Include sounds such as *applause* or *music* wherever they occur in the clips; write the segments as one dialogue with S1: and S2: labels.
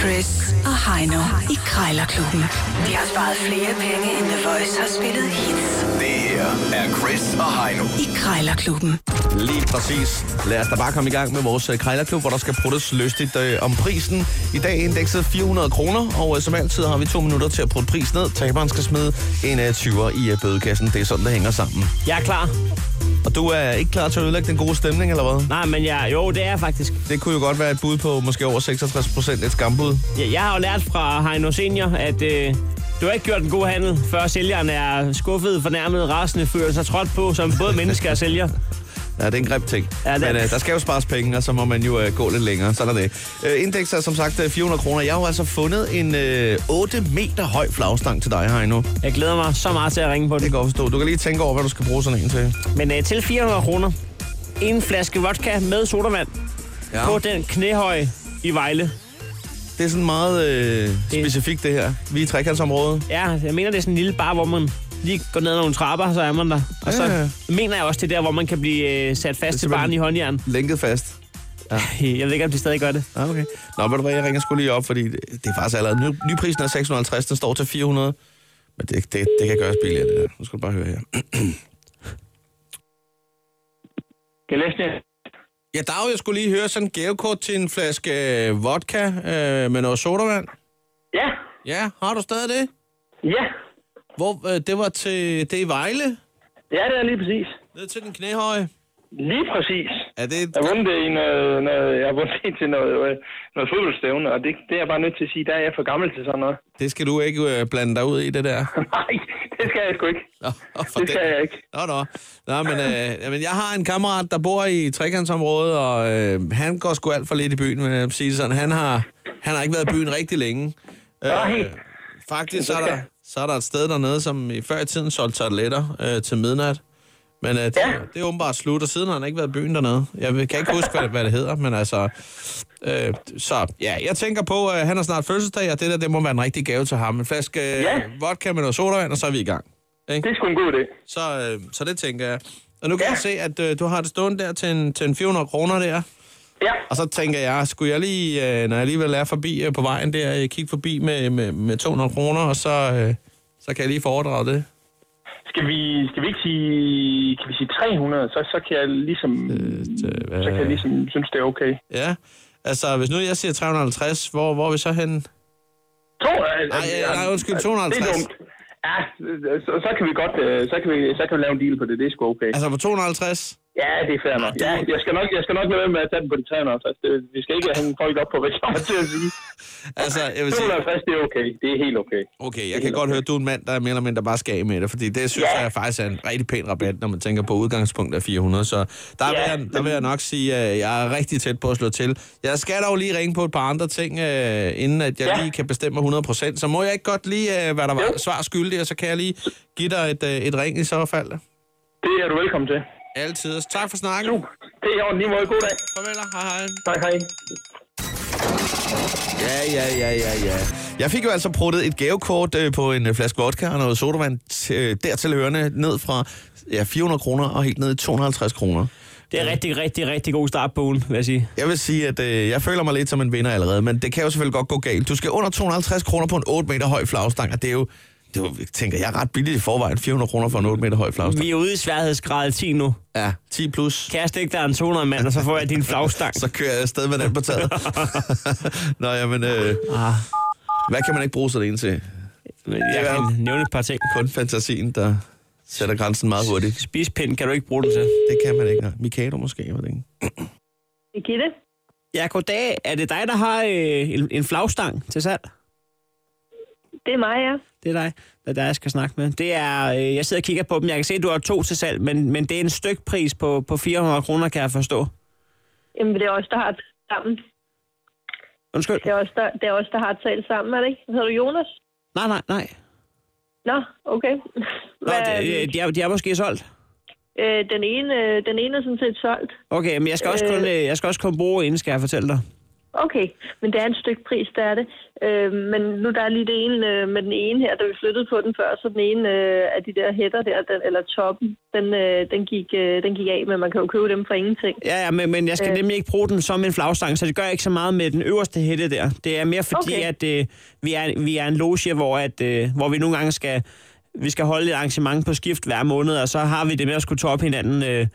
S1: Chris og Heino i Krejlerklubben. De har sparet flere penge, end The Voice har spillet hits
S2: Det her er Chris og Heino.
S1: i Krejlerklubben.
S3: Lige præcis. Lad os da bare komme i gang med vores øh, krejlerklub, hvor der skal pruttes løstigt øh, om prisen. I dag er indekset 400 kroner, og øh, som altid har vi to minutter til at prutte pris ned. Taberen skal smide en øh, 20'er i øh, bødekassen. Det er sådan, det hænger sammen.
S4: Jeg er klar.
S3: Og du er ikke klar til at ødelægge den gode stemning, eller hvad?
S4: Nej, men jeg, jo, det er jeg faktisk.
S3: Det kunne jo godt være et bud på måske over 66 procent et skambud.
S4: Jeg, jeg har jo lært fra Heino Senior, at øh, du har ikke gjort en god handel, før sælgeren er skuffet, fornærmet, rasende, føler sig trådt på, som både mennesker og sælger.
S3: Ja, det er en grim ting.
S4: Ja, det er
S3: Men
S4: det.
S3: øh, der skal jo spares penge, og så må man jo øh, gå lidt længere. Sådan er det. Øh, indeks er som sagt øh, 400 kroner. Jeg har jo altså fundet en øh, 8 meter høj flagstang til dig her endnu.
S4: Jeg glæder mig så meget til at ringe på
S3: Det kan jeg
S4: den.
S3: godt forstå. Du kan lige tænke over, hvad du skal bruge sådan en til.
S4: Men øh, til 400 kroner, en flaske vodka med sodavand
S3: Ja.
S4: på den knæhøje i Vejle.
S3: Det er sådan meget øh, specifikt, det her. Vi er i trekantsområdet.
S4: Ja, jeg mener, det er sådan en lille bar, hvor man lige går ned ad nogle trapper, så er man der. Og så
S3: Ja, ja.
S4: mener jeg også, det er der, hvor man kan blive øh, sat fast til
S3: simpelthen-
S4: barn i håndjern.
S3: Lænket fast.
S4: *laughs* Jeg ved ikke, om de stadig gør det.
S3: Ah, okay. Nå, ved du hvad, jeg ringer sgu lige op, fordi det, det er faktisk allerede... Ny, nyprisen er 650, den står til 400. Men det, det, det kan gøres billigere, det der. Nu skal du bare høre her.
S5: Galæsne.
S3: Ja, Dag, jeg skulle lige høre sådan en gavekort til en flaske øh, vodka øh, med noget sodavand.
S5: Ja,
S3: Ja, har du stadig det?
S5: ja.
S3: Hvor, øh, det var til... Det er i Vejle,
S5: Ja, det er lige præcis.
S3: ned til den knæhøje.
S5: Lige præcis.
S3: Er det...
S5: Jeg har vundet det i noget, noget, jeg har vundet det til noget, øh, noget fodboldstævne, og det, det er jeg bare nødt til at sige, der er jeg for gammel til sådan noget. *laughs*
S3: Det skal du ikke øh, blande dig ud i, det der.
S5: Nej, det skal jeg sgu ikke.
S3: Nå, for
S5: Det skal jeg ikke.
S3: Nå, nå. nå men, øh, jamen, jeg har en kammerat, der bor i trekantsområdet, og øh, han går sgu alt for lidt i byen, men jeg vil sige det sådan, han har, han har ikke været i byen rigtig længe. Øh,
S5: Nej.
S3: Faktisk så er, der, så er der et sted dernede, som i før i tiden solgte tarteletter øh, til midnat. Men øh, det,
S5: Ja.
S3: det er åbenbart slut, og siden har han ikke været i byen dernede. Jeg ved- kan ikke huske, hvad, hvad det hedder, men altså... Øh, så ja, jeg tænker på, at øh, han har snart fødselsdag, og det der, det må være en rigtig gave til ham. En flaske øh,
S5: Ja.
S3: vodka med noget sodavand, og så er vi i gang.
S5: Det er sgu en god idé.
S3: Så, øh, så det tænker jeg. Og nu kan ja.
S5: Ja.
S3: jeg se, at øh, du har det stående der til en, til en 400 kroner der.
S5: Ja,
S3: Og så tænker jeg, skulle jeg lige, øh, når jeg alligevel er forbi øh, på vejen der, øh, kigge forbi med, med, med 200 kroner, og så, øh, så kan jeg lige foredrage det.
S5: skal vi, skal vi ikke sige, kan vi sige 300, så, så kan jeg ligesom,
S3: Øh,
S5: så kan jeg ligesom synes, det er okay.
S3: Ja. Altså, hvis nu jeg siger 350, hvor, hvor er vi så henne?
S5: To, øh,
S3: Nej,
S5: øh,
S3: ja, nej, undskyld,
S5: øh,
S3: 250.
S5: Det er dumt. Ja, øh, så, så kan vi godt, øh, så kan vi, så kan vi lave en deal på det, det er sgu okay.
S3: Altså på 250?
S5: Ja, det er fair nok. Ja, jeg skal nok, jeg skal nok lade være med at tage den på de 350. Det- Vi skal ikke hænge folk op på, *laughs* hvad jeg kommer til at sige.
S3: Altså, jeg vil sige,
S5: 250, det er okay. Det er helt okay.
S3: okay, jeg kan godt høre, at du er en mand, der er mere eller mindre bare skal af med det, fordi det synes
S5: Ja.
S3: jeg faktisk er en rigtig pæn rabat, når man tænker på udgangspunktet af 400, så der, vil,
S5: Ja,
S3: jeg, der vil jeg nok sige, at jeg er rigtig tæt på at slå til. Jeg skal dog lige ringe på et par andre ting, øh, inden at jeg
S5: Ja.
S3: lige kan bestemme mig 100%, så må jeg ikke godt lige, øh, hvad der var
S5: Jo.
S3: svar skyldig, og så kan jeg lige give dig et, øh, et ring i så fald.
S5: Det er du velkommen til.
S3: Altid. Tak for snakken.
S5: Super. Det er i orden. Lige måde. God dag.
S3: Farvel, og hej hej.
S5: Hej, hej.
S3: Ja, ja, ja, ja, ja. Jeg fik jo altså pruttet et gavekort øh, på en øh, flaske vodka og noget sodavand øh, dertil hørende ned fra ja, 400 kroner og helt ned i 250 kroner.
S4: Det er rigtig, rigtig, rigtig god start på ugen, vil jeg sige.
S3: Jeg vil sige, at øh, jeg føler mig lidt som en vinder allerede, men det kan jo selvfølgelig godt gå galt. Du skal under 250 kroner på en 8 meter høj flagstang, og det er jo, det er jo tænker jeg, ret billigt i forvejen. 400 kroner for en 8 meter høj flagstang.
S4: Vi er ude i sværhedsgrad 10 nu.
S3: Ja, 10 plus.
S4: Kan jeg stikke dig en 200 mand, og så får jeg din flagstang?
S3: *laughs* Så kører jeg afsted med den på taget. *laughs* Nå, jamen, øh, hvad kan man ikke bruge sådan en til?
S4: Men Jeg kan nævne et par ting.
S3: Kun fantasien, der sætter grænsen meget hurtigt.
S4: Spispind kan du ikke bruge den til.
S3: Det kan man ikke. nej. Mikado måske, jeg ved det ikke.
S6: Birgitte?
S4: Ja, goddag. Er det dig, der har øh, en, en flagstang til salg?
S6: Det er mig, ja.
S4: Det er dig, der, der jeg skal snakke med. Det er, øh, jeg sidder og kigger på dem. Jeg kan se, at du har to til salg, men, men det er en stykpris på, på 400 kroner, kan jeg forstå.
S6: Jamen, det er os, der har talt sammen.
S4: Undskyld.
S6: Det er os, der, det er os, der har talt sammen, er det ikke? Hedder du Jonas?
S4: Nej, nej, nej.
S6: Nå, okay.
S4: Nå,
S6: Hvad,
S4: de, øh, de, er, de er måske solgt.
S6: øh, den, ene, øh, den ene er sådan set solgt.
S4: Okay, men jeg skal også kun, øh, jeg skal også kun bruge en, skal jeg fortælle dig.
S6: Okay, men det er en stykke pris, der er det. Øh, men nu der er lige det ene øh, med den ene her, da vi flyttede på den før, så den ene øh, af de der hætter der, den, eller toppen, den, øh, den, gik, øh, den gik af, men man kan jo købe dem for ingenting.
S4: Ja, ja, men, men jeg skal
S6: Øh.
S4: nemlig ikke bruge den som en flagstang, så det gør jeg ikke så meget med den øverste hætte der. Det er mere fordi, okay.
S6: Okay.
S4: at øh, vi, er, vi er en loge, hvor, at, øh, hvor vi nogle gange skal, vi skal holde et arrangement på skift hver måned, og så har vi det med at skulle toppe hinanden. *laughs*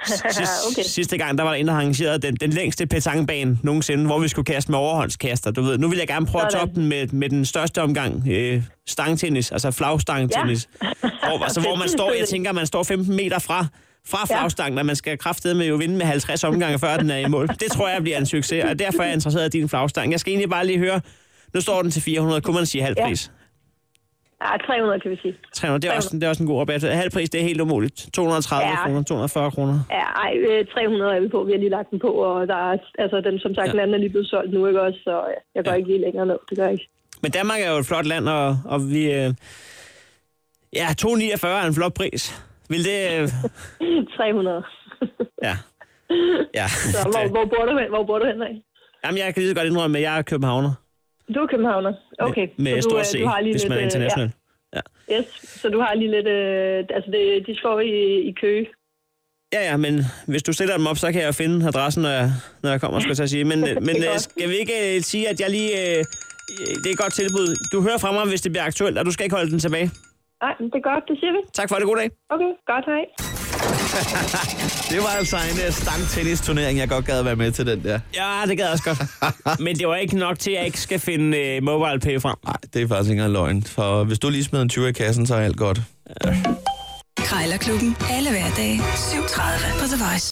S4: Øh, sidst, okay.
S6: Okay.
S4: Sidste gang, der var der en, der arrangerede den, den længste petangbane nogensinde, hvor vi skulle kaste med overhåndskaster. Du ved, nu vil jeg gerne prøve at
S6: Sådan.
S4: toppe den med, med den største omgang, øh, stangtennis, altså flagstangtennis. Ja. Hvor, *laughs* altså, hvor man står, jeg tænker, man står 15 meter fra, fra
S6: Ja.
S4: flagstangen, og man skal kraftedeme jo vinde med 50 omgange, før den er i mål. Det tror jeg bliver en succes, og derfor er jeg interesseret i din flagstang. Jeg skal egentlig bare lige høre, nu står den til 400, kunne man sige halv
S6: Ja.
S4: pris?
S6: Ja, 300 kan vi sige.
S4: 300, det er, også, det er også en god rabat. Halv pris, det er helt umuligt. 230
S6: Ja.
S4: kroner, 240 kroner.
S6: Ja, ej, øh, 300 er vi på. Vi har lige lagt den på, og der er, altså, den, som sagt,
S4: Ja.
S6: ja. den anden er lige blevet solgt nu, ikke også? Så ja, jeg
S4: Ja.
S6: går ja. ikke lige længere ned. Det gør jeg ikke. *laughs*
S4: Men Danmark er jo et flot land, og, og vi... Øh, ja, 2,49 er en flot pris. Vil det... Øh,
S6: 300.
S4: ja. Ja.
S6: *laughs* Så, hvor, hvor, bor du hen? Hvor bor du hen, af?
S4: *laughs* Jamen, jeg kan lige så godt indrømme, at jeg er københavner.
S6: Du er københavner. Okay.
S4: Med, med
S6: så du,
S4: stor
S6: øh,
S4: C,
S6: du har lige
S4: hvis
S6: lidt,
S4: man er
S6: øh,
S4: international. Ja.
S6: Ja, yes, så du har lige lidt... Øh, altså, det, de står i, i kø.
S4: Ja, ja, men hvis du stiller dem op, så kan jeg finde adressen, når jeg, når jeg kommer, skal jeg så sige.
S6: *laughs*
S4: Men, øh, men
S6: Det er
S4: øh,
S6: godt.
S4: skal vi ikke øh, sige, at jeg lige... Øh, det er et godt tilbud. Du hører fra mig, hvis det bliver aktuelt, og du skal ikke holde den tilbage.
S6: Nej, men det er godt, det siger vi.
S4: Tak for det. God dag.
S6: Okay, godt, hej.
S3: Det var altså en øh, stangtennisturnering, jeg godt gad at være med til den der.
S4: Ja, det gad jeg også *laughs* godt. Men det var ikke nok til, at jeg ikke skal finde øh, MobilePay frem.
S3: Nej, det er faktisk ikke engang løgn. For hvis du lige smider en 20 i kassen, så er alt godt.
S1: Krejlerklubben. Alle hverdage. 7.30 på The Voice.